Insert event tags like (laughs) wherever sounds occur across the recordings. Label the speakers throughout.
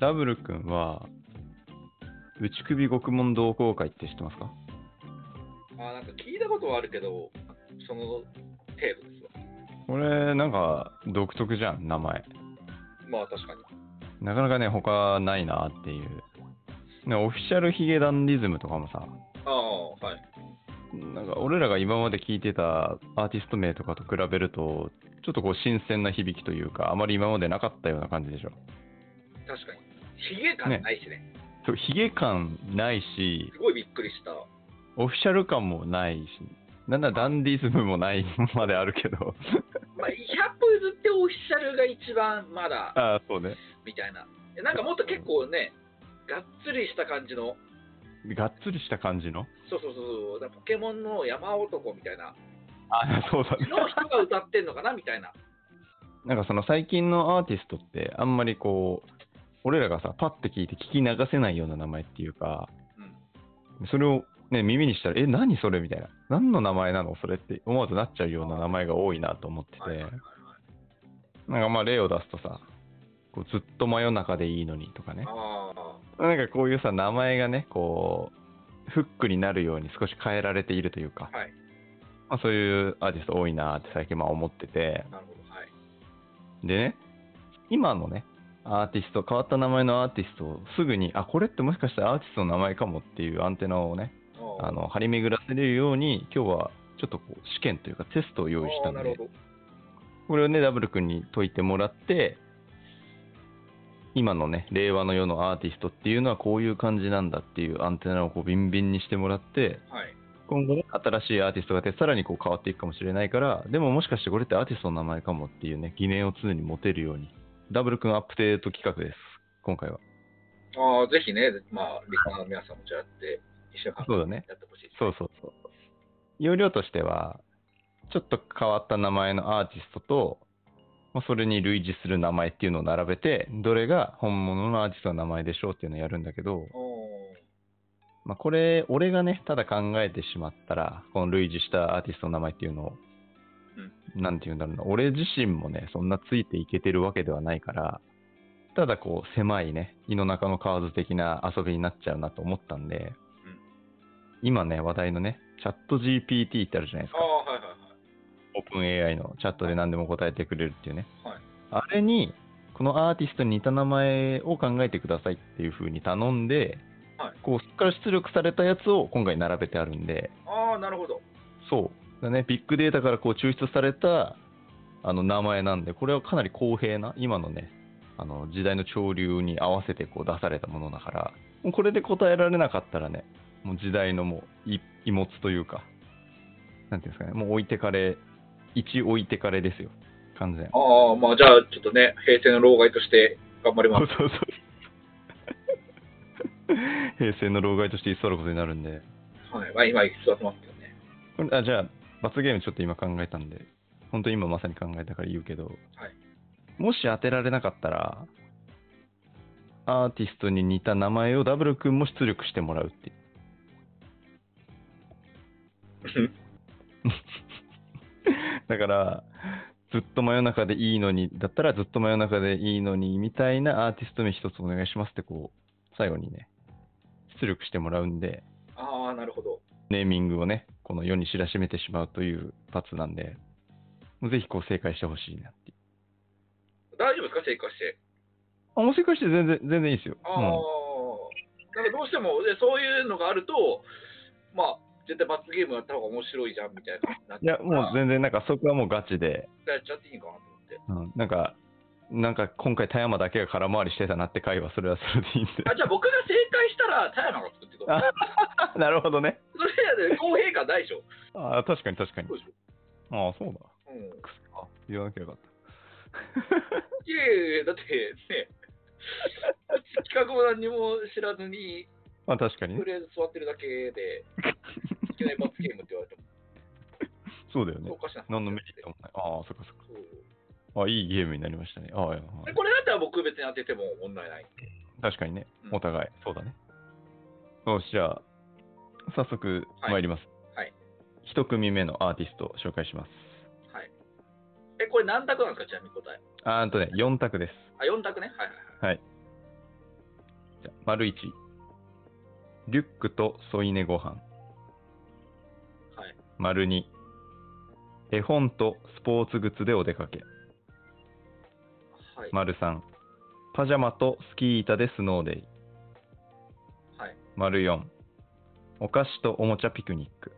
Speaker 1: ダブル君は、内首獄門同好会って知ってますか
Speaker 2: あなんか聞いたことはあるけど、その程度ですわ。
Speaker 1: これ、なんか、独特じゃん、名前。
Speaker 2: まあ確かに。
Speaker 1: なかなかね、他ないなっていう。ねオフィシャルヒゲダンディズムとかもさ、
Speaker 2: ああ、はい。
Speaker 1: なんか俺らが今まで聞いてたアーティスト名とかと比べると、ちょっとこう新鮮な響きというか、あまり今までなかったような感じでしょ。
Speaker 2: 確かに。ヒゲ感ないしね。
Speaker 1: そう、ヒゲ感ないし、
Speaker 2: すごいびっくりした。
Speaker 1: オフィシャル感もないし、なんだダンディズムもないまであるけど。
Speaker 2: まあ、100歩譲ってオフィシャルが一番まだ、
Speaker 1: ああ、そうね。
Speaker 2: みたいな。えなんかもっと結構ね、がっつりした感じの、
Speaker 1: がっつりした感じの
Speaker 2: そうそうそうそう、だからポケモンの山男みたいな、
Speaker 1: あそうだね。
Speaker 2: の人が歌ってんのかなみたいな。
Speaker 1: なんかその最近のアーティストって、あんまりこう、俺らがさ、パッて聞いて聞き流せないような名前っていうか、
Speaker 2: うん。
Speaker 1: それを、ね、耳にしたら、え、何それみたいな。何の名前なのそれって思わずなっちゃうような名前が多いなと思ってて、
Speaker 2: はいはいはいはい。
Speaker 1: なんかまあ例を出すとさ、こうずっと真夜中でいいのにとかね。
Speaker 2: ああ。
Speaker 1: なんかこういうさ、名前がね、こう、フックになるように少し変えられているというか、
Speaker 2: はい。
Speaker 1: まあ、そういうアーティスト多いなって最近まあ思ってて、
Speaker 2: なるほど。はい。
Speaker 1: でね、今のね、アーティスト、変わった名前のアーティストをすぐに、あ、これってもしかしたらアーティストの名前かもっていうアンテナをね、
Speaker 2: あ
Speaker 1: あの張り巡らせれるように、今日はちょっとこう試験というかテストを用意した
Speaker 2: あ
Speaker 1: の
Speaker 2: ーな
Speaker 1: で
Speaker 2: る、ほど。
Speaker 1: これをね、ダブル君に解いてもらって、今のね、令和の世のアーティストっていうのはこういう感じなんだっていうアンテナをこうビンビンにしてもらって、
Speaker 2: はい。
Speaker 1: 今後ね、新しいアーティストが出て、さらにこう変わっていくかもしれないから、でももしかしてこれってアーティストの名前かもっていうね、疑念を常に持てるように、ダブル君アップデート企画です、今回は。
Speaker 2: ああ、ぜひね、まあ、リスナーの皆さんもじゃあやって、一緒に
Speaker 1: そうだね
Speaker 2: やってほしいです。
Speaker 1: そうそうそう。要領としては、ちょっと変わった名前のアーティストと、まあ、それに類似する名前っていうのを並べて、どれが本物のアーティストの名前でしょうっていうのをやるんだけど、
Speaker 2: おー
Speaker 1: まあ、これ、俺がね、ただ考えてしまったら、この類似したアーティストの名前っていうのを、なんて言うんだろうな、俺自身もね、そんなついていけてるわけではないから、ただこう、狭いね、胃の中のカーズ的な遊びになっちゃうなと思ったんで、
Speaker 2: うん
Speaker 1: 今ね、話題のね、チャット GPT ってあるじゃないです
Speaker 2: あ
Speaker 1: か、
Speaker 2: あ、はいはいはい。
Speaker 1: オープン AI のチャットで何でも答えてくれるっていうね。
Speaker 2: はい
Speaker 1: あれに、このアーティストに似た名前を考えてくださいっていう風に頼んで、
Speaker 2: はい
Speaker 1: こうそこから出力されたやつを今回並べてあるんで、
Speaker 2: ああ、なるほど。
Speaker 1: そう。だね、ビッグデータからこう抽出されたあの名前なんで、これはかなり公平な、今のね、あの時代の潮流に合わせてこう出されたものだから、もうこれで答えられなかったらね、もう時代のもうい遺物というか、なんていうんですかね、もう置いてかれ、一置いてかれですよ、完全。
Speaker 2: ああ、まあ、じゃあ、ちょっとね、平成の老害として頑張ります
Speaker 1: そう。そうそう。 (laughs) 平成の老害として居座ることになるんで、
Speaker 2: はい、まあ、今、座ってますけどね。
Speaker 1: これあじゃあ、罰ゲームちょっと今考えたんで、本当に今まさに考えたから言うけど、もし当てられなかったら、アーティストに似た名前をダブル君も出力してもらうっていう。だから、ずっと真夜中でいいのに、だったらずっと真夜中でいいのに、みたいなアーティスト名一つお願いしますって、こう、最後にね、出力してもらうんで、
Speaker 2: ああ、なるほど。
Speaker 1: ネーミングをね、この世に知らしめてしまうという罰なんで、ぜひこう正解してほしいなっていう。
Speaker 2: 大丈夫ですか、成果して。
Speaker 1: あ、もう正解して全然、全然いいですよ。
Speaker 2: ああ、なんかどうしても、でそういうのがあると、まあ、絶対罰ゲームやった方が面白いじゃんみたいな。
Speaker 1: うん、いや、もう全然なんかそこはもうガチで、
Speaker 2: やっちゃっていいのかなと思って。
Speaker 1: うん、なんか、なんか今回田山だけが空回りしてたなって回はそれはそれでいいん
Speaker 2: (laughs)
Speaker 1: で。
Speaker 2: あじゃあ僕が正解したら、田山が作ってくる。
Speaker 1: あなるほどね。
Speaker 2: それやで公平感ないでしょ。
Speaker 1: あー確かに確かに
Speaker 2: そ。うでしょ。
Speaker 1: ああ、そうだ。
Speaker 2: うん。
Speaker 1: くそあ言わなきゃよかっ
Speaker 2: いやいやいやだってね、企画も何にも知らずに、
Speaker 1: た。まあ確かに
Speaker 2: と
Speaker 1: ね。
Speaker 2: りあえず座ってるだけで、いきなり罰ゲームって言われても、
Speaker 1: そうだよね
Speaker 2: お。かしな話
Speaker 1: 何のメリットもない。ああ、そっかそっ
Speaker 2: そう
Speaker 1: か。あいいゲームになりましたね。ああ、いやは
Speaker 2: で
Speaker 1: い
Speaker 2: これだったら僕別に当てても問題ない。
Speaker 1: 確かにね。
Speaker 2: うん
Speaker 1: お互い。そうだね。よし、じゃあ、早速
Speaker 2: はい
Speaker 1: 参ります。
Speaker 2: はい。
Speaker 1: 一組目のアーティストを紹介します。
Speaker 2: はい。え、これ何択なんですか、ちなみに答え。
Speaker 1: あーんとね、4択です。
Speaker 2: あ、4択ね。はいはいは
Speaker 1: は
Speaker 2: い。
Speaker 1: い。じゃあ丸1。リュックと添い寝ご飯。
Speaker 2: はい。
Speaker 1: 丸2。絵本とスポーツグッズでお出かけ。
Speaker 2: はい。
Speaker 1: 丸3。パジャマとスキー板でスノーデイ。
Speaker 2: はい。
Speaker 1: 丸4。お菓子とおもちゃピクニック。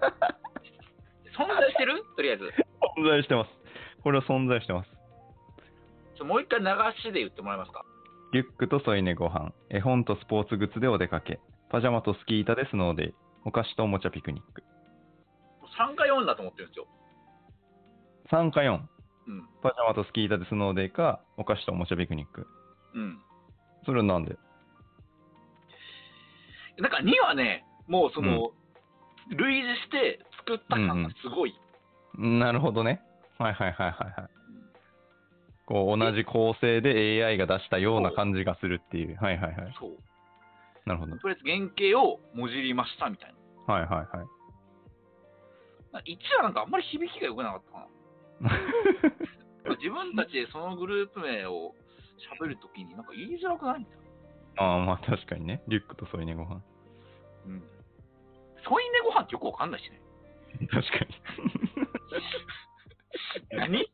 Speaker 2: (laughs) え存在してるとりあえず。
Speaker 1: 存在してます。これは存在してます。
Speaker 2: ちょもう一回流しで言ってもらえますか。
Speaker 1: リュックと添い寝ご飯。絵本とスポーツグッズでお出かけ。パジャマとスキー板でスノーデイ。お菓子とおもちゃピクニック。
Speaker 2: 3か4だと思ってるんですよ。
Speaker 1: 3か4。
Speaker 2: うん。
Speaker 1: パジャマとスキー板でスノーデイか、お菓子とおもちゃピクニック。
Speaker 2: うん。
Speaker 1: それはなんで
Speaker 2: なんか2はね、もうその、類似して作った感がすごい。
Speaker 1: なるほどね。はいはいはいはいはい。こう同じ構成で AI が出したような感じがするっていう。はいはいはい。
Speaker 2: そう。
Speaker 1: なるほど。
Speaker 2: とりあえず原型をもじりましたみたい
Speaker 1: はいはいはい。
Speaker 2: な。1はなんかあんまり響きが良くなかったかな。自分たちでそのグループ名を喋るときになんか言いづらくないみたいな。
Speaker 1: ああ、まあ確かにね。リュックと添い寝ご飯。 (laughs)
Speaker 2: うん。添い寝ご飯ってよくわかんないしね。
Speaker 1: 確かに。
Speaker 2: 何い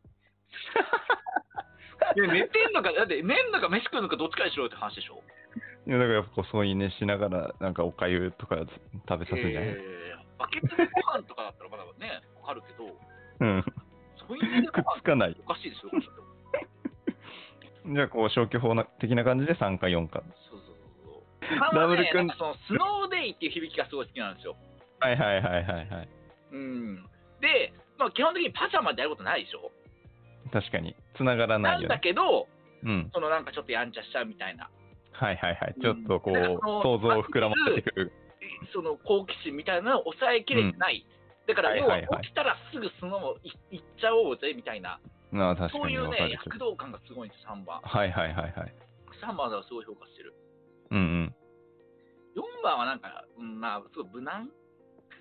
Speaker 2: や寝てんのか、だって寝んのか飯食うのかどっちかにしろよって話でしょ。
Speaker 1: いやだからやっぱこう添い寝しながら、なんかおかゆとか食べさせるじゃない、
Speaker 2: えーバケツでご飯とかだったらまだね、わかるけ
Speaker 1: う
Speaker 2: ど、
Speaker 1: ん。
Speaker 2: 添い寝で
Speaker 1: く
Speaker 2: ご
Speaker 1: っ
Speaker 2: 飯
Speaker 1: つかない。
Speaker 2: おかしいですよ、これそう
Speaker 1: じゃあこう消去法な的な感じで3か4か。
Speaker 2: そうそうそう。
Speaker 1: ダブル
Speaker 2: な
Speaker 1: 君
Speaker 2: んかそのスノーデイっていう響きがすごい好きなんですよ。
Speaker 1: はいはいはいはいはい。
Speaker 2: うん。で、まあ、基本的にパジャマでやることないでしょ。
Speaker 1: 確かに。繋がら
Speaker 2: な
Speaker 1: ない
Speaker 2: ん
Speaker 1: よ
Speaker 2: だ
Speaker 1: ね。
Speaker 2: けど、
Speaker 1: うん。
Speaker 2: そのなんかちょっとやんちゃしちゃうみたいな、
Speaker 1: はいはいはい。ちょっとこう、
Speaker 2: うんだからその
Speaker 1: 想像を膨らませてくる。
Speaker 2: その好奇心みたいなのを抑えきれてない。だから、
Speaker 1: はい
Speaker 2: 要
Speaker 1: は
Speaker 2: はい
Speaker 1: はい
Speaker 2: 起きたらすぐスノーい行っちゃおうぜみたいな、
Speaker 1: ああ、確
Speaker 2: そ
Speaker 1: か
Speaker 2: うい
Speaker 1: に
Speaker 2: う
Speaker 1: わか
Speaker 2: ね、
Speaker 1: る。
Speaker 2: 躍動感がすごいんです、3番。
Speaker 1: はいはいはいはい。
Speaker 2: 3番はすごい評価してる。
Speaker 1: うん
Speaker 2: 4番はなんか、うん、まあ、すごい無難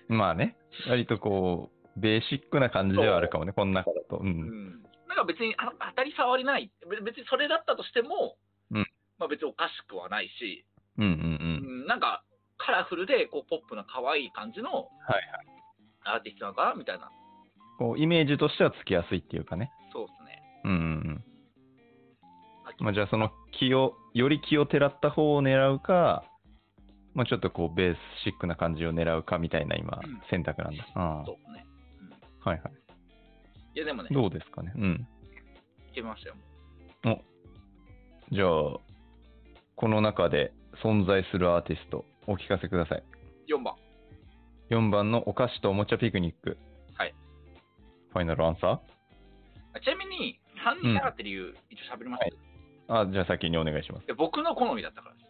Speaker 1: うん。まあね、割とこう、ベーシックな感じではあるかもね、この中だと。う。
Speaker 2: うんん、なんか別にあ当たり障りない、べ別にそれだったとしても、
Speaker 1: うん
Speaker 2: まあ、別におかしくはないし、
Speaker 1: うんうんう。
Speaker 2: うんん、なんかカラフルでこうポップな可愛い感じの
Speaker 1: いは
Speaker 2: アーティストなのかなみたいな、
Speaker 1: こう、イメージとしてはつきやすいっていうかね。
Speaker 2: そうですね。
Speaker 1: うんうんうん。まあじゃあその気を、より気をてらった方を狙うか、まあちょっとこう、ベーシックな感じを狙うかみたいな今
Speaker 2: うん、
Speaker 1: 選択なんだ。あ
Speaker 2: そうですね。うん、
Speaker 1: あ、はいはい
Speaker 2: や、でもね
Speaker 1: い。、どうですかね。うん。
Speaker 2: 決めましたよ。
Speaker 1: じゃあ、この中で存在するアーティスト、お聞かせください。
Speaker 2: 4番。
Speaker 1: 4番のお菓子とおもちゃピクニック。
Speaker 2: はい。
Speaker 1: ファイナルアンサ
Speaker 2: あちなみに、3人下がってる理由、一応喋ります、
Speaker 1: はいーあ、じゃあ先にお願いします。
Speaker 2: で僕の好みだったからです。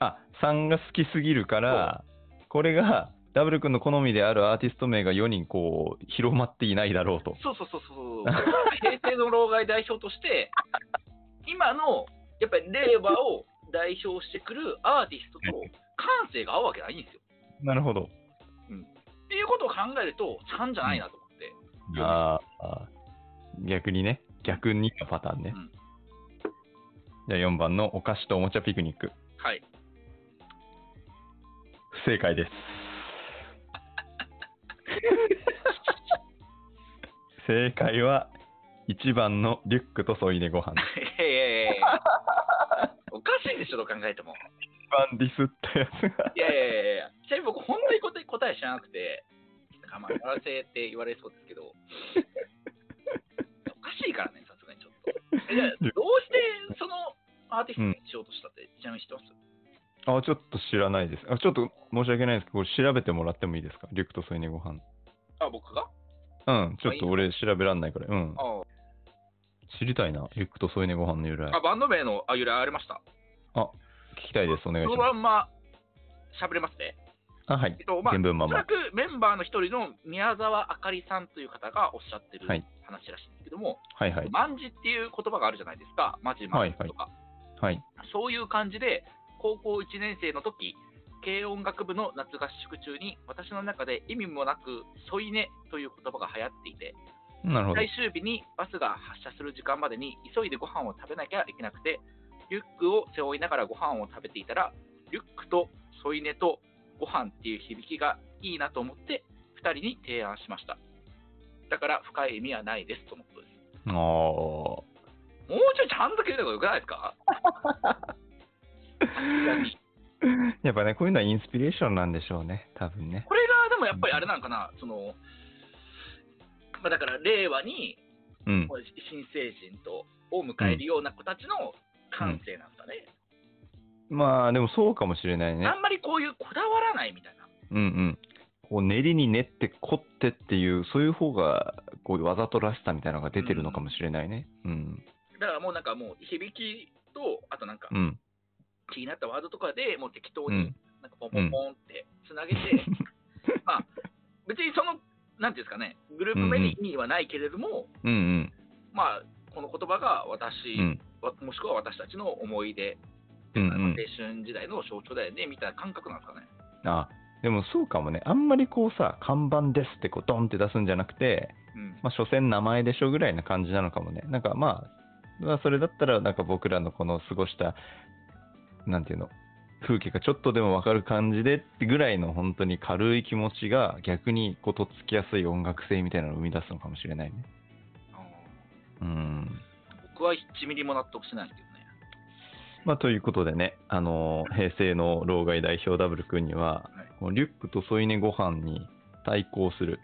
Speaker 1: あ、3が好きすぎるから、これが、ダブル君の好みであるアーティスト名が4人こう、広まっていないだろうと。
Speaker 2: そうそうそうそう。平成の老害代表として、今の、やっぱり令和を代表してくるアーティストと感性が合うわけないんですよ。
Speaker 1: なるほど。
Speaker 2: っていうことを考えると、3じゃないなと思って。
Speaker 1: あーあー、逆にね、逆にのパターンね。
Speaker 2: うん
Speaker 1: じゃあ4番のお菓子とおもちゃピクニック。
Speaker 2: はい。
Speaker 1: 不正 (laughs) 解です。正解は1番のリュックと添い寝ご飯。
Speaker 2: いやいやいやいやおかしいでしょ、どう考えても。
Speaker 1: 一番ディスったやつが。
Speaker 2: いやいやいやいや、ちなみに僕、本当に答え答え知らなくて、なんかまあ、やらせって言われそうですけど、おかしいからね、さすがにちょっと。いやどうしてそのアーティストにしようとしたって、ちなみに知ってます
Speaker 1: あ、ちょっと知らないです。あ、ちょっと申し訳ないですけど、これ調べてもらってもいいですかリュックと添い寝ご飯。
Speaker 2: あ、僕が
Speaker 1: うん、ちょっと俺調べらんないから。うん。
Speaker 2: あ
Speaker 1: 知りたいな。リュックと添い寝ご飯の由来。
Speaker 2: あ、バンド名のあ由来ありました。
Speaker 1: 聞きたいです。お願い
Speaker 2: そ
Speaker 1: し
Speaker 2: の
Speaker 1: ま。
Speaker 2: ますんま喋れますね。
Speaker 1: あ、はい
Speaker 2: えっ。と、まあ、
Speaker 1: 原文ま
Speaker 2: おそら
Speaker 1: ま。
Speaker 2: くメンバーの一人の宮沢あかりさんという方がおっしゃってる
Speaker 1: は
Speaker 2: 話
Speaker 1: い
Speaker 2: らしいんですけども、
Speaker 1: はいはい。
Speaker 2: 万字っていう言葉があるじゃないですか、マジマジとか。
Speaker 1: はい。
Speaker 2: そういう感じで、高校1年生の時軽音楽部の夏合宿中に、私の中で意味もなく、添い寝という言葉が流行っていて、
Speaker 1: なるほど
Speaker 2: 最。終日にバスが発車する時間までに急いでご飯を食べなきゃいけなくて、リュックを背負いながらご飯を食べていたら、リュックと添い寝とご飯っていう響きがいいなと思って、2人に提案しました。だから深い意味はないですとのことです。
Speaker 1: あー
Speaker 2: もうちょいちゃんと聞いた方がよくないですか
Speaker 1: やっぱね、こういうのはインスピレーションなんでしょうね、多分ね。
Speaker 2: これがでもやっぱりあれなのかな、そのまあ、だから令和に
Speaker 1: うん。
Speaker 2: もう新成人とを迎えるような子たちの感性なんですかね、
Speaker 1: まあ、でもそうかもしれないね
Speaker 2: あ。んまりこういうこだわらないみたいな、
Speaker 1: うんうん。こう練りに練って凝ってっていう、そういう方が、こういうわざとらしさみたいなのが出てるのかもしれないね。うん。
Speaker 2: だからもうなんかもう響きと、あとなんか
Speaker 1: うん。
Speaker 2: 気になったワードとかでもう適当
Speaker 1: う
Speaker 2: に
Speaker 1: ん。
Speaker 2: なんかポンポンポンってつなげて、 (laughs) まあ別にその、なんていうんですかね、グループ目に意味はないけれども、
Speaker 1: うんうん。
Speaker 2: まあ、この言葉が私、
Speaker 1: うん。
Speaker 2: わもしくは私たちの思い出、
Speaker 1: うん
Speaker 2: あ
Speaker 1: う
Speaker 2: の青
Speaker 1: ん。
Speaker 2: 春時代の象徴だよねみたいな感覚なんですかね。
Speaker 1: あ、でもそうかもね。あんまりこうさ、看板ですってこう、ドンって出すんじゃなくて、
Speaker 2: うん
Speaker 1: まあ、所詮名前でしょぐらいな感じなのかもね。なんかまあ、まあ、それだったら、なんか僕らのこの過ごした、なんていうの、風景がちょっとでもわかる感じでってぐらいの本当に軽い気持ちが逆にこうとっつきやすい音楽性みたいなのを生み出すのかもしれないね。
Speaker 2: うん
Speaker 1: うん。
Speaker 2: 僕は1ミリも納得しないですけどね。
Speaker 1: まあ、ということでね、あのー平成の老害代表ダブル君には、このリュックと添い寝ご飯に対抗する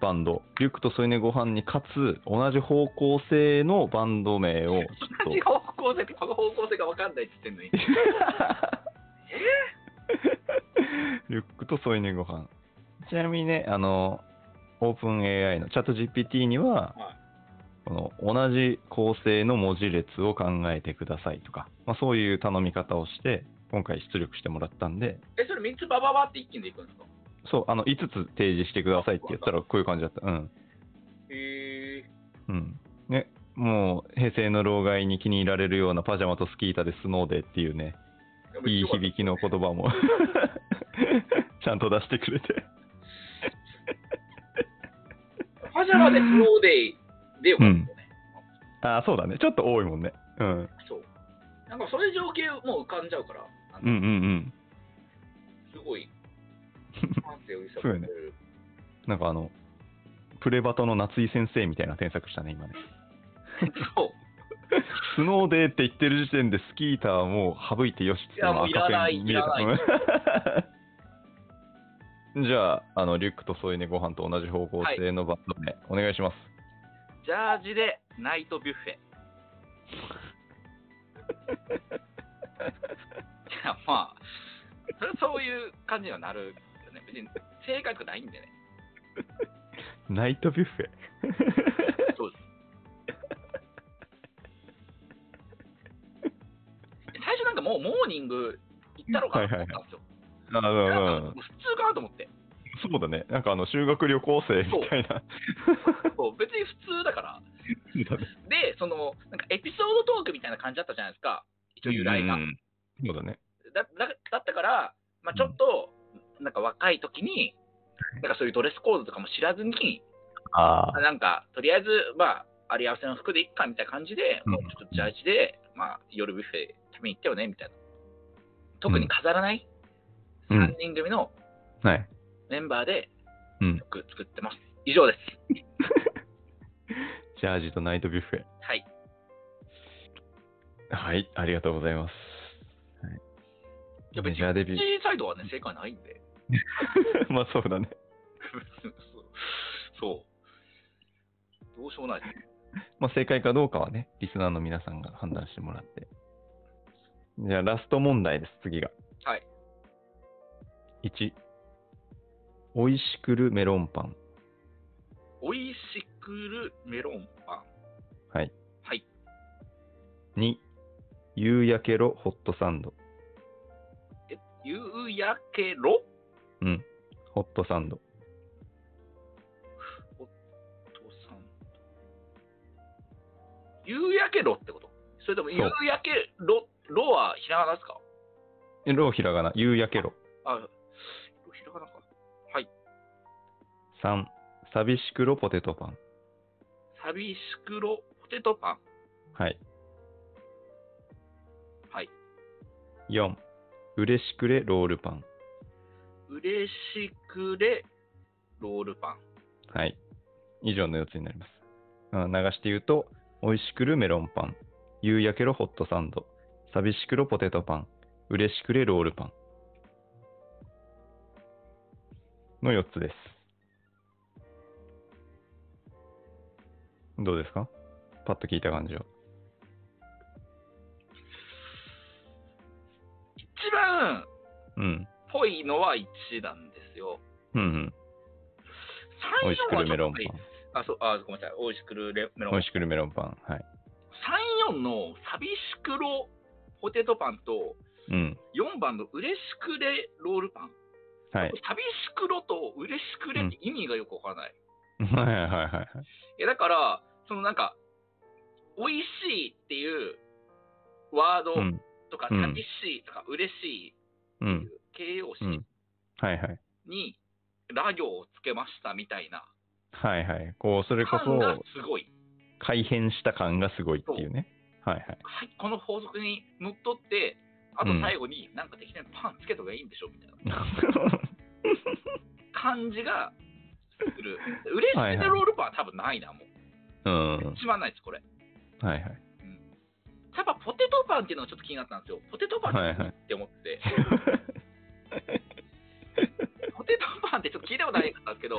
Speaker 1: バンド、リュックと添い寝ご飯にかつ同じ方向性のバンド名をちょっと
Speaker 2: 同じ方向性、この方向性が分かんないって言
Speaker 1: (laughs)
Speaker 2: ってんのに。
Speaker 1: リュックと添い寝ご飯ちなみにね、あの、オープン AI のチャット GPT には、
Speaker 2: は
Speaker 1: この同じ構成の文字列を考えてくださいとか、まあ、そういう頼み方をして、今回出力してもらったんで、
Speaker 2: え、それ3つバババって一気にでいくんですか
Speaker 1: そう、あの、5つ提示してくださいって言ったら、こういう感じだった。うん。
Speaker 2: へえ。
Speaker 1: うん。ね、もう、平成の老害に気に入られるようなパジャマとスキー板でスノーデーっていうね、いい響きの言葉も (laughs) ちゃんと出してくれて。
Speaker 2: パジャマでスノーデイでよかったですよね。
Speaker 1: ああ、そうだね。ちょっと多いもんね。うん。
Speaker 2: そう。なんかそういう情景もう浮かんじゃうから、なん
Speaker 1: うんうん
Speaker 2: か
Speaker 1: うん。
Speaker 2: す
Speaker 1: (laughs)
Speaker 2: ごい感性を揺さ
Speaker 1: そう
Speaker 2: ぶ
Speaker 1: よ
Speaker 2: っ
Speaker 1: ね
Speaker 2: てる。
Speaker 1: なんかあの、プレバトの夏井先生みたいな添削したね、今ね。
Speaker 2: そう。
Speaker 1: スノーデーって言ってる時点でスキーターはもう省いてよしってうの
Speaker 2: いやもういらな
Speaker 1: 赤
Speaker 2: い
Speaker 1: ペン見えた
Speaker 2: い
Speaker 1: うん (laughs) じゃあ、あの、リュックと添い寝ご飯と同じ方向性のバンド名、お願いします。
Speaker 2: ジャージでナイトビュッ (laughs) フェ。いや、まあ、それはそういう感じにはなるけどね。別に正解とかないんでね。
Speaker 1: ナイトビュッフェ。
Speaker 2: そうです。最初なんかもうモーニング行ったのかなと思ったんですよ。
Speaker 1: ああ、うんうん
Speaker 2: 普通かなと思って。
Speaker 1: そうだね。なんかあの、修学旅行生みたいな。
Speaker 2: そう別に普通だから。
Speaker 1: そうだね
Speaker 2: で、その、なんかエピソードトークみたいな感じだったじゃないですか。一応由来が。
Speaker 1: うんそうだね。
Speaker 2: だだだったから、まあ、ちょっと、なんか若い時に、なんかそういうドレスコードとかも知らずに、
Speaker 1: あ
Speaker 2: まあなんかとりあえず、まあ、あり合わせの服でいっかみたいな感じで、
Speaker 1: うん
Speaker 2: もうちょっとジャージで、まあ、夜ビュッフェ食べに行ったよねみたいな。特に飾らない
Speaker 1: あ。う
Speaker 2: 3
Speaker 1: ん。
Speaker 2: 人組の
Speaker 1: はい。
Speaker 2: メンバーで
Speaker 1: うん
Speaker 2: 服作ってます。以上です。
Speaker 1: ジャージとナイトビュッフェ。
Speaker 2: はい。
Speaker 1: はい、ありがとうございます。
Speaker 2: いや
Speaker 1: メ
Speaker 2: 別
Speaker 1: ジ
Speaker 2: に
Speaker 1: ャーデ
Speaker 2: シ
Speaker 1: ビュー。
Speaker 2: ーサイドはね、正解ないんで。
Speaker 1: (laughs)
Speaker 2: (laughs)
Speaker 1: まあそうだね。
Speaker 2: そう。どうしようもないです。
Speaker 1: まあ正解かどうかはね、リスナーの皆さんが判断してもらって。じゃあラスト問題です、次が。
Speaker 2: はい。
Speaker 1: 1、おいしくるメロンパン。
Speaker 2: おいしくるメロンパン。
Speaker 1: はい。
Speaker 2: はい。
Speaker 1: 2、夕焼けろホットサンド。
Speaker 2: え夕焼けろ
Speaker 1: うん、ホットサンド。
Speaker 2: とさん。夕焼けろってことそれとも
Speaker 1: そう
Speaker 2: 夕焼けろ、ろはひらがなですか
Speaker 1: えろひらがな、夕焼けろ。
Speaker 2: あ、ろひらがなか。
Speaker 1: 3、寂しくろポテトパン。
Speaker 2: 寂しくろポテトパン。
Speaker 1: はい。 4、嬉しくれロールパン。
Speaker 2: 嬉しくれ、ロールパン。
Speaker 1: はい。以上の4つになります。うん流して言うと、美味しくるメロンパン、夕焼けろホットサンド、寂しくろポテトパン、嬉しくれロールパン。の4つです。どうですかパッと聞いた感じは。
Speaker 2: 一番
Speaker 1: うん。
Speaker 2: ぽいのは1なんですよ。
Speaker 1: うんうん。美
Speaker 2: 3
Speaker 1: 味しくるメロンパ
Speaker 2: あ、そう、あ、ごめんなさい。美味しくるレ
Speaker 1: ン。
Speaker 2: メロ
Speaker 1: 美
Speaker 2: ン
Speaker 1: 味。しくるメロンパン。はい。
Speaker 2: 3、4の寂しくろポテトパンと、
Speaker 1: うん。
Speaker 2: 4番の嬉しくれロールパン。
Speaker 1: はい。
Speaker 2: 寂しくろと嬉しくれって意味がよくわからない。
Speaker 1: はいはいはいはい。
Speaker 2: いや、だから、そのなんか、美味しいっていうワード
Speaker 1: うん。
Speaker 2: とか、
Speaker 1: うん
Speaker 2: 寂しいとか、嬉しい
Speaker 1: うん
Speaker 2: ってい。う形容詞
Speaker 1: うん。はいはい。
Speaker 2: に、ラ行をつけましたみたいな
Speaker 1: はいはい。こう、それこ
Speaker 2: 感が
Speaker 1: そ、
Speaker 2: すごい。
Speaker 1: 改変した感がすごいっていうね。はいはい。 (laughs)
Speaker 2: はい、この法則にのっとって、あと最後になんか適当にパンつけとけばいいんでしょみたいな感じがす
Speaker 1: (laughs)
Speaker 2: る。嬉し
Speaker 1: はい
Speaker 2: い
Speaker 1: はい
Speaker 2: なロールパンは多分ないな、も
Speaker 1: う
Speaker 2: う。
Speaker 1: ん。はい
Speaker 2: 一番ないです、これ。
Speaker 1: はい。
Speaker 2: やっぱポテトパンっていうのがちょっと気になったんですよ。ポテトパン
Speaker 1: はいはい
Speaker 2: って思
Speaker 1: (laughs)
Speaker 2: って。ポテトパンってちょっと聞いたことないかったんですけど、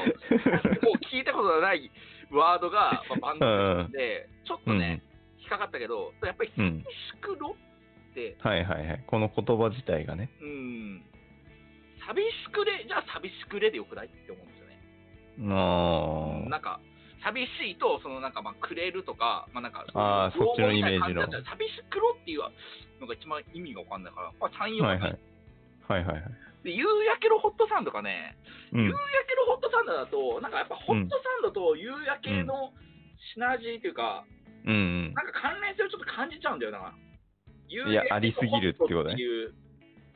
Speaker 2: もう聞いたことのないワードが、まあ、バンドで、ちょっとね、引っかかったけど、やっぱり、
Speaker 1: う
Speaker 2: 寂
Speaker 1: ん。
Speaker 2: しくろって、
Speaker 1: はいはいはい。この言葉自体がね。
Speaker 2: うん、寂しくれ、じゃあ寂しくれでよくないって思うんですよね。
Speaker 1: あ
Speaker 2: なんか、寂しいと、そのなんか、まあ、くれるとか、まあ、なんか、
Speaker 1: あーそっちのイメージの
Speaker 2: 老後みたいな感じだったら寂しくろっていうのが一番意味が分かんないから、まあ、3、
Speaker 1: あ。は
Speaker 2: 4、
Speaker 1: いはい。はいはいはい。
Speaker 2: で夕焼けのホットサンドがね、
Speaker 1: うん
Speaker 2: 夕。焼けのホットサンドだと、なんかやっぱホットサンドと夕焼けのシナジーというか、
Speaker 1: うん
Speaker 2: なんか関連性をちょっと感じちゃうんだよな。夕
Speaker 1: いやありすぎるってことね
Speaker 2: 焼け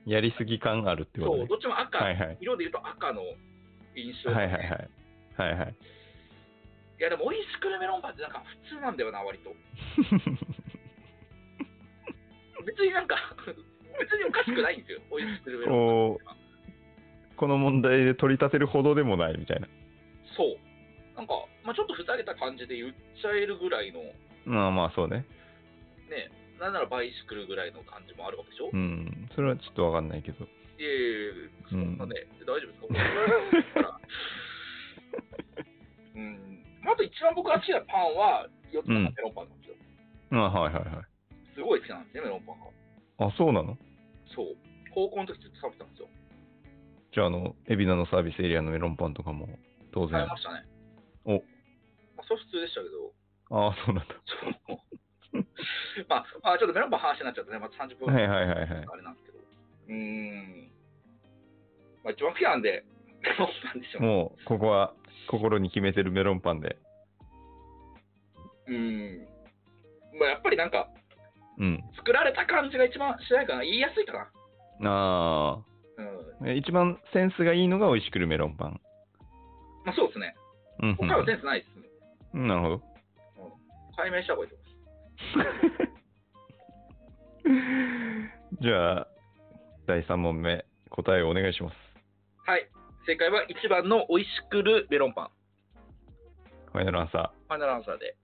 Speaker 1: うん。やりすぎ感があるって
Speaker 2: ホッ
Speaker 1: こと
Speaker 2: トっていう
Speaker 1: ね。
Speaker 2: そう、どっちも赤、
Speaker 1: はいはい。
Speaker 2: 色で言うと赤の印象、
Speaker 1: はいはいはい。はいはい。
Speaker 2: いや、でも、美味しくるメロンパンってなんか普通なんだよな、割と。別になんか、 (laughs) 別におかしくないんですよ、美味しくるメロンパン。
Speaker 1: こう、この問題で取り立てるほどでもないみたいな。
Speaker 2: そう。なんか、まあ、ちょっとふざけた感じで言っちゃえるぐらいの、
Speaker 1: まあまあそうね。
Speaker 2: ね、なんならバイシクルぐらいの感じもあるわけでしょ、
Speaker 1: うん。それはちょっとわかんないけど。
Speaker 2: いやいやいや、そんなね、大丈夫ですか、これ (laughs) うん、あと一番僕が好きなパンは、4つのメロンパンなんですよ。
Speaker 1: あはいはいはい。
Speaker 2: すごい好きなんですね、メロンパンが。
Speaker 1: あ、そうなの
Speaker 2: そう。高校の時ずっと食べてたんですよ。
Speaker 1: じゃあ、あの、海老名のサービスエリアのメロンパンとかも、当
Speaker 2: 食べ
Speaker 1: 然。
Speaker 2: ましたね。
Speaker 1: お
Speaker 2: まあ、それ普通でしたけど、 (laughs)
Speaker 1: ああ、そうなんだ。
Speaker 2: そう。まあ、まあ、ちょっとメロンパン話になっちゃってね、また30分
Speaker 1: はいはいはいはい。
Speaker 2: あれなんですけど。うーん。まあ、一番好きなんで、メロンパンでしょうね。
Speaker 1: もう、ここは、心に決めてるメロンパンで。
Speaker 2: うん。まあ、やっぱりなんか、
Speaker 1: うん。
Speaker 2: 作られた感じが一番しないかな、言いやすいかな。
Speaker 1: あ
Speaker 2: うん。
Speaker 1: あ。え一番センスがいいのが美味しくるメロンパン。
Speaker 2: まあ、そうですね。
Speaker 1: うんうん、
Speaker 2: 他はセンスないですね。
Speaker 1: うんなるほど。
Speaker 2: 解明した方がいいと思いま
Speaker 1: じゃあ、第3問目、答えをお願いします。
Speaker 2: す。はい。正解は1番の美味しくるメロンパン。
Speaker 1: ファイナルアンサ
Speaker 2: ファイナルアンサーで。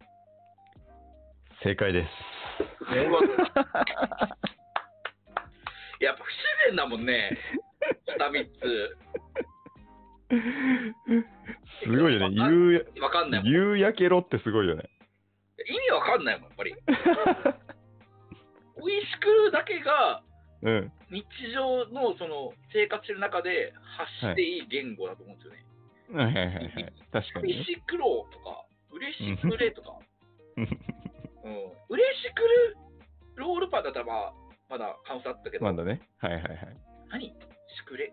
Speaker 1: ー、正解です。
Speaker 2: (laughs) やっぱ不自然だもんね。下3つ。
Speaker 1: すごいよね。夕や
Speaker 2: わかんないもん。意
Speaker 1: 夕焼けろってすごいよね。
Speaker 2: 味わかんないもん、や
Speaker 1: (laughs)
Speaker 2: っぱり。美味しくるだけが
Speaker 1: うん。
Speaker 2: 日常のその生活してる中で発していい言語だと思うんですよね。
Speaker 1: はいはいはいはい。確かに
Speaker 2: 嬉
Speaker 1: ね。
Speaker 2: しくろうとか、嬉しくれとか。
Speaker 1: うん
Speaker 2: うん、嬉しくるロールパンだったらまあまだカウンスあったけ
Speaker 1: (laughs)
Speaker 2: ど、
Speaker 1: まだね。はいはいはい。
Speaker 2: 何しくれ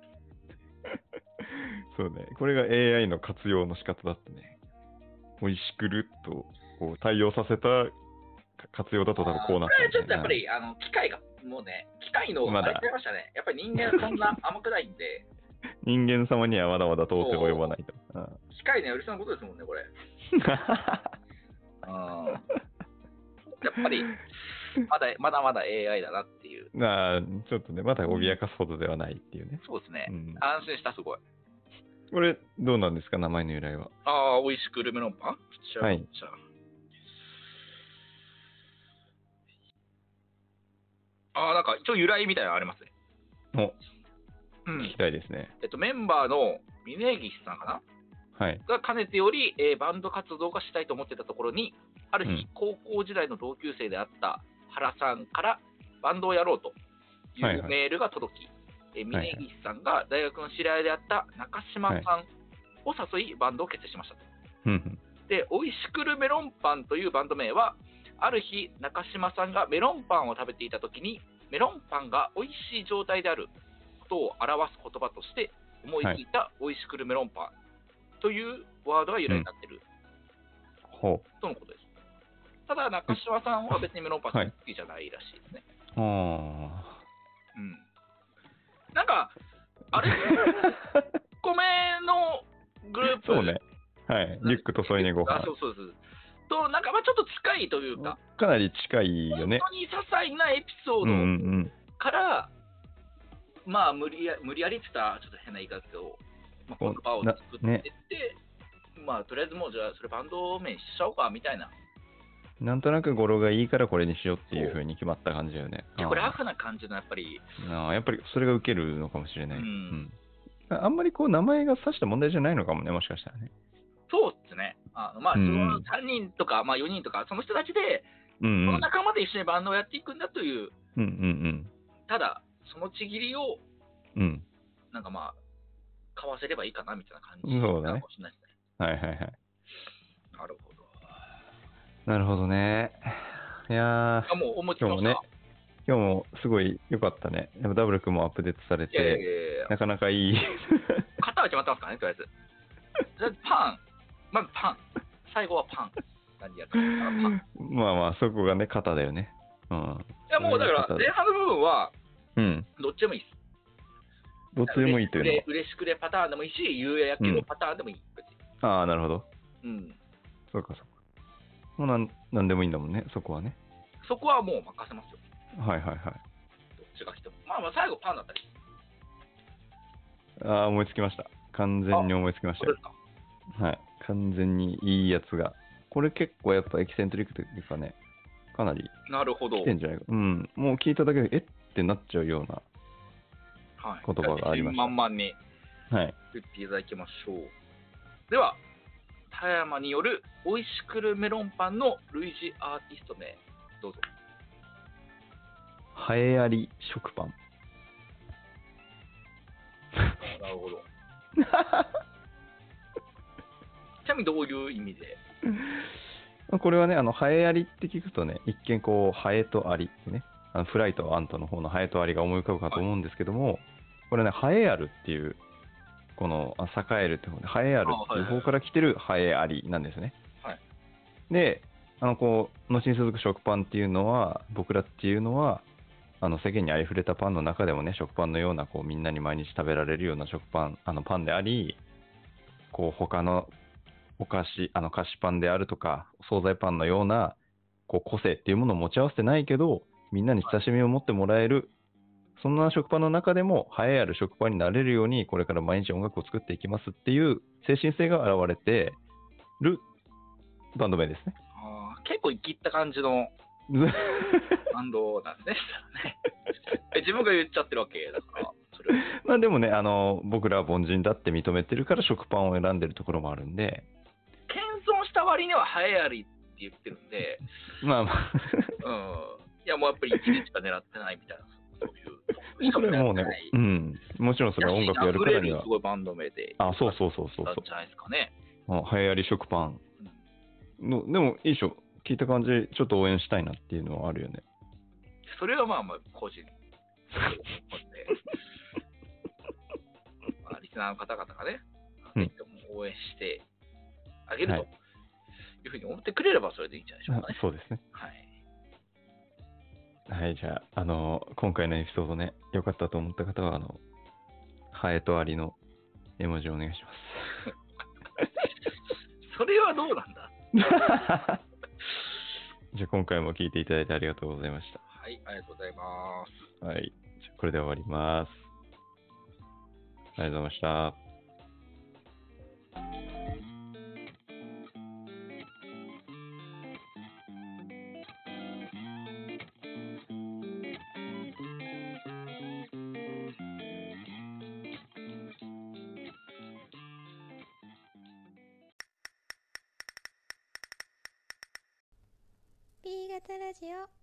Speaker 1: そうね。これが AI の活用の仕方だってね。美味しくるっとこう対応させたか活用だと多分こうな
Speaker 2: これ
Speaker 1: て
Speaker 2: はち
Speaker 1: る
Speaker 2: ょっとやっぱ
Speaker 1: ね
Speaker 2: り、あの機械がもうね機械の
Speaker 1: ま
Speaker 2: あ
Speaker 1: だ
Speaker 2: れちゃいましたねやっぱり人間はそんな甘くないんで
Speaker 1: 人間様にはまだまだ到底及ばないと。うん
Speaker 2: 機械のやりそうなことですもんねこれやっぱりまだまだまだ AI だなっていう。
Speaker 1: なあちょっとね、まだ脅かすほどではないっていうね。
Speaker 2: そうですね
Speaker 1: う。ん、
Speaker 2: 安心した、すごい。
Speaker 1: これ、どうなんですか、名前の由来は。
Speaker 2: ああ、美味しくルメロンパンじゃあ
Speaker 1: はい
Speaker 2: じゃああー、なんか一応由来みたいなのありますね。
Speaker 1: お
Speaker 2: うん
Speaker 1: 聞きたいですね。
Speaker 2: えっと、メンバーの峯岸さんかな
Speaker 1: はい。
Speaker 2: がかねてより、えーバンド活動がしたいと思ってたところに、ある
Speaker 1: う
Speaker 2: 日
Speaker 1: ん、
Speaker 2: 高校時代の同級生であった原さんからバンドをやろうとい
Speaker 1: はいは
Speaker 2: う
Speaker 1: い
Speaker 2: メールが届き、えー
Speaker 1: はいはい
Speaker 2: 峯岸さんが大学の知り合いであった中島さんを誘い、バンドを結成しましたと。
Speaker 1: うんうん
Speaker 2: で、おいしくるメロンパンというバンド名は、ある日、中島さんがメロンパンを食べていたときに、メロンパンが美味しい状態であることを表す言葉として思いついた、おいしくるメロンパンというワードが由来になっている
Speaker 1: ほ
Speaker 2: とのことです。ただ、中島さんは別にメロンパン好きじゃないらしいですね。
Speaker 1: う。あ
Speaker 2: うん。なんか、あ
Speaker 1: (laughs)
Speaker 2: れ、米のグルー
Speaker 1: ー
Speaker 2: プ
Speaker 1: そうね。はい。リュックと添い寝ご
Speaker 2: あ
Speaker 1: 飯
Speaker 2: そうそうそう。と、なんかまあちょっと近いというか、
Speaker 1: かなり近いよね
Speaker 2: 本。当に些細なエピソ
Speaker 1: うんう
Speaker 2: ード
Speaker 1: ん
Speaker 2: から、まあ無理や無理やりって言ったらちょっと変な言い方ですけど、まあ、
Speaker 1: お
Speaker 2: 言葉を
Speaker 1: な
Speaker 2: 作ってって、まあとりあえずもうじゃあそれバンド名にしちゃおうかみたいな、
Speaker 1: うん。なんとなく語呂がいいからこれにしようっていう風に決まった感じだよね。
Speaker 2: 結構ラ
Speaker 1: あ
Speaker 2: フな感じのやっぱり、
Speaker 1: ーあーやっぱりそれが受けるのかもしれない。
Speaker 2: うん
Speaker 1: うんあんまりこう名前が指した問題じゃないのかもね、もしかしたらね。
Speaker 2: そうですね。あのまあそ
Speaker 1: うん
Speaker 2: の3人とか、まあ4人とか、その人たちで、
Speaker 1: うんう
Speaker 2: そ
Speaker 1: ん
Speaker 2: の。仲間で一緒にバンドをやっていくんだという、
Speaker 1: うんうん
Speaker 2: ただそのちぎりを
Speaker 1: うん。うん。
Speaker 2: なんかまあ、買わせればいいかなみたいな感
Speaker 1: そ
Speaker 2: じ
Speaker 1: うだ
Speaker 2: な
Speaker 1: ね
Speaker 2: のかもしれないですね。
Speaker 1: はいはいはい。
Speaker 2: なるほど。
Speaker 1: なるほどね。いやー
Speaker 2: あ、もう思いつき
Speaker 1: 今
Speaker 2: ま
Speaker 1: 日
Speaker 2: し
Speaker 1: も
Speaker 2: た。
Speaker 1: ね、今日もすごい良かったね。やっぱダブル君もアップデートされ
Speaker 2: いやいやい
Speaker 1: て、
Speaker 2: やいや
Speaker 1: なかなかいい。 (laughs)
Speaker 2: 型は決まったんですかね、とりあえず。とりあえずパン、まずパン、最後はパン。何やったのか
Speaker 1: まあまあ、そこがね、肩だよね。うん。
Speaker 2: パン。いや、もうだから、
Speaker 1: そう
Speaker 2: 前
Speaker 1: いう
Speaker 2: 半の部分は、
Speaker 1: うん。
Speaker 2: どっちでもいいです。
Speaker 1: どっちでもいいという
Speaker 2: うれしくれパターンでもいいし、夕焼けのパターンでもいい。別に
Speaker 1: のは。ああ、なるほど。
Speaker 2: うん。
Speaker 1: そうかそうか。もうなんなんでもいいんだもんね、そこはね。
Speaker 2: そこはもう任せますよ。
Speaker 1: はいはいはい。
Speaker 2: どっちが来ても。まあまあ、最後パンだったり。
Speaker 1: ああ、思いつきました。完全に思いつきまし
Speaker 2: そ
Speaker 1: た
Speaker 2: れ
Speaker 1: よ
Speaker 2: ですか。
Speaker 1: はい。完全にいいやつが。これ結構やっぱエキセントリックというかね、かなり
Speaker 2: なるほど。
Speaker 1: 来てんじゃないか。うん。もう聞いただけで、えってなっちゃうよう
Speaker 2: はい
Speaker 1: 言葉がありました
Speaker 2: 満々に
Speaker 1: な。はい。
Speaker 2: 言っていただきましょう。では、田山によるおいしくるメロンパンの類似アーティスト名、どうぞ。
Speaker 1: ハエアリ食パン。
Speaker 2: なるほ
Speaker 1: (laughs)
Speaker 2: ど。ちなみにどういう意味で
Speaker 1: まあこれはね、あの、ハエアリって聞くとね、一見こう、ハエとアリってね、あのフライとアントの方のハエとアリが思い浮かぶかと思うんですけども、これね、ハエアルっていう、この、あ栄えるって方で、ハエアルっていう
Speaker 2: あはいはい
Speaker 1: 方から来てるハエアリなんですね。
Speaker 2: はい
Speaker 1: で、あの、こう、後に続く食パンっていうのは、僕らっていうのは、あの世間にありふれたパンの中でもね、食パンのような、こう、みんなに毎日食べられるような食パン、あの、パンであり、こう、他のお菓子、あの菓子パンであるとか、惣菜パンのようなこう個性っていうものを持ち合わせてないけど、みんなに親しみを持ってもらえる、そんな食パンの中でも栄えある食パンになれるように、これから毎日音楽を作っていきますっていう精神性が現れてるバンド名ですね。 (laughs)
Speaker 2: あー結構生きった感じのバンドなんですね。
Speaker 1: (laughs)
Speaker 2: え自分が言っちゃってるわけだから、それは
Speaker 1: まあでもね、あの僕らは凡人だって認めてるから食パンを選んでるところもあるんで、
Speaker 2: 謙遜した割にはハエアリって言ってるんで、
Speaker 1: まあまあ、
Speaker 2: うん。いや、もうやっぱり1日しか狙ってないみたいな、そういう。
Speaker 1: それはもうね
Speaker 2: 狙ってない、
Speaker 1: うん、もちろんそれは音楽やるからには
Speaker 2: す。ごいバンド名で。
Speaker 1: あ、そうそうそうそう
Speaker 2: だ
Speaker 1: そ
Speaker 2: っ
Speaker 1: う
Speaker 2: たん。じゃないですかね。
Speaker 1: あ流行り食パン
Speaker 2: うん
Speaker 1: のでもいいでしょ聞いた感じちょっと応援したいなっていうのはあるよね
Speaker 2: それはまあまあ、個人。
Speaker 1: (laughs)
Speaker 2: まあ、リスナーの方々がね、
Speaker 1: うん
Speaker 2: ぜひとも応援してあげる
Speaker 1: は
Speaker 2: と
Speaker 1: い
Speaker 2: いうふうに思ってくれればそれでいいんじゃないでしょうかね。
Speaker 1: そうですね
Speaker 2: はい。
Speaker 1: はいじゃああの今回のエピソードね良かったと思った方はあのハエとアリの絵文字をお願いし
Speaker 2: (laughs) それはどうなんだ
Speaker 1: ますじゃあ今回も聞いていただいてありがとうございまし
Speaker 2: はい、ありがとうございます。
Speaker 1: た。はい。じゃあこれで終わります。ありがとうございました。
Speaker 3: B 型ラジオ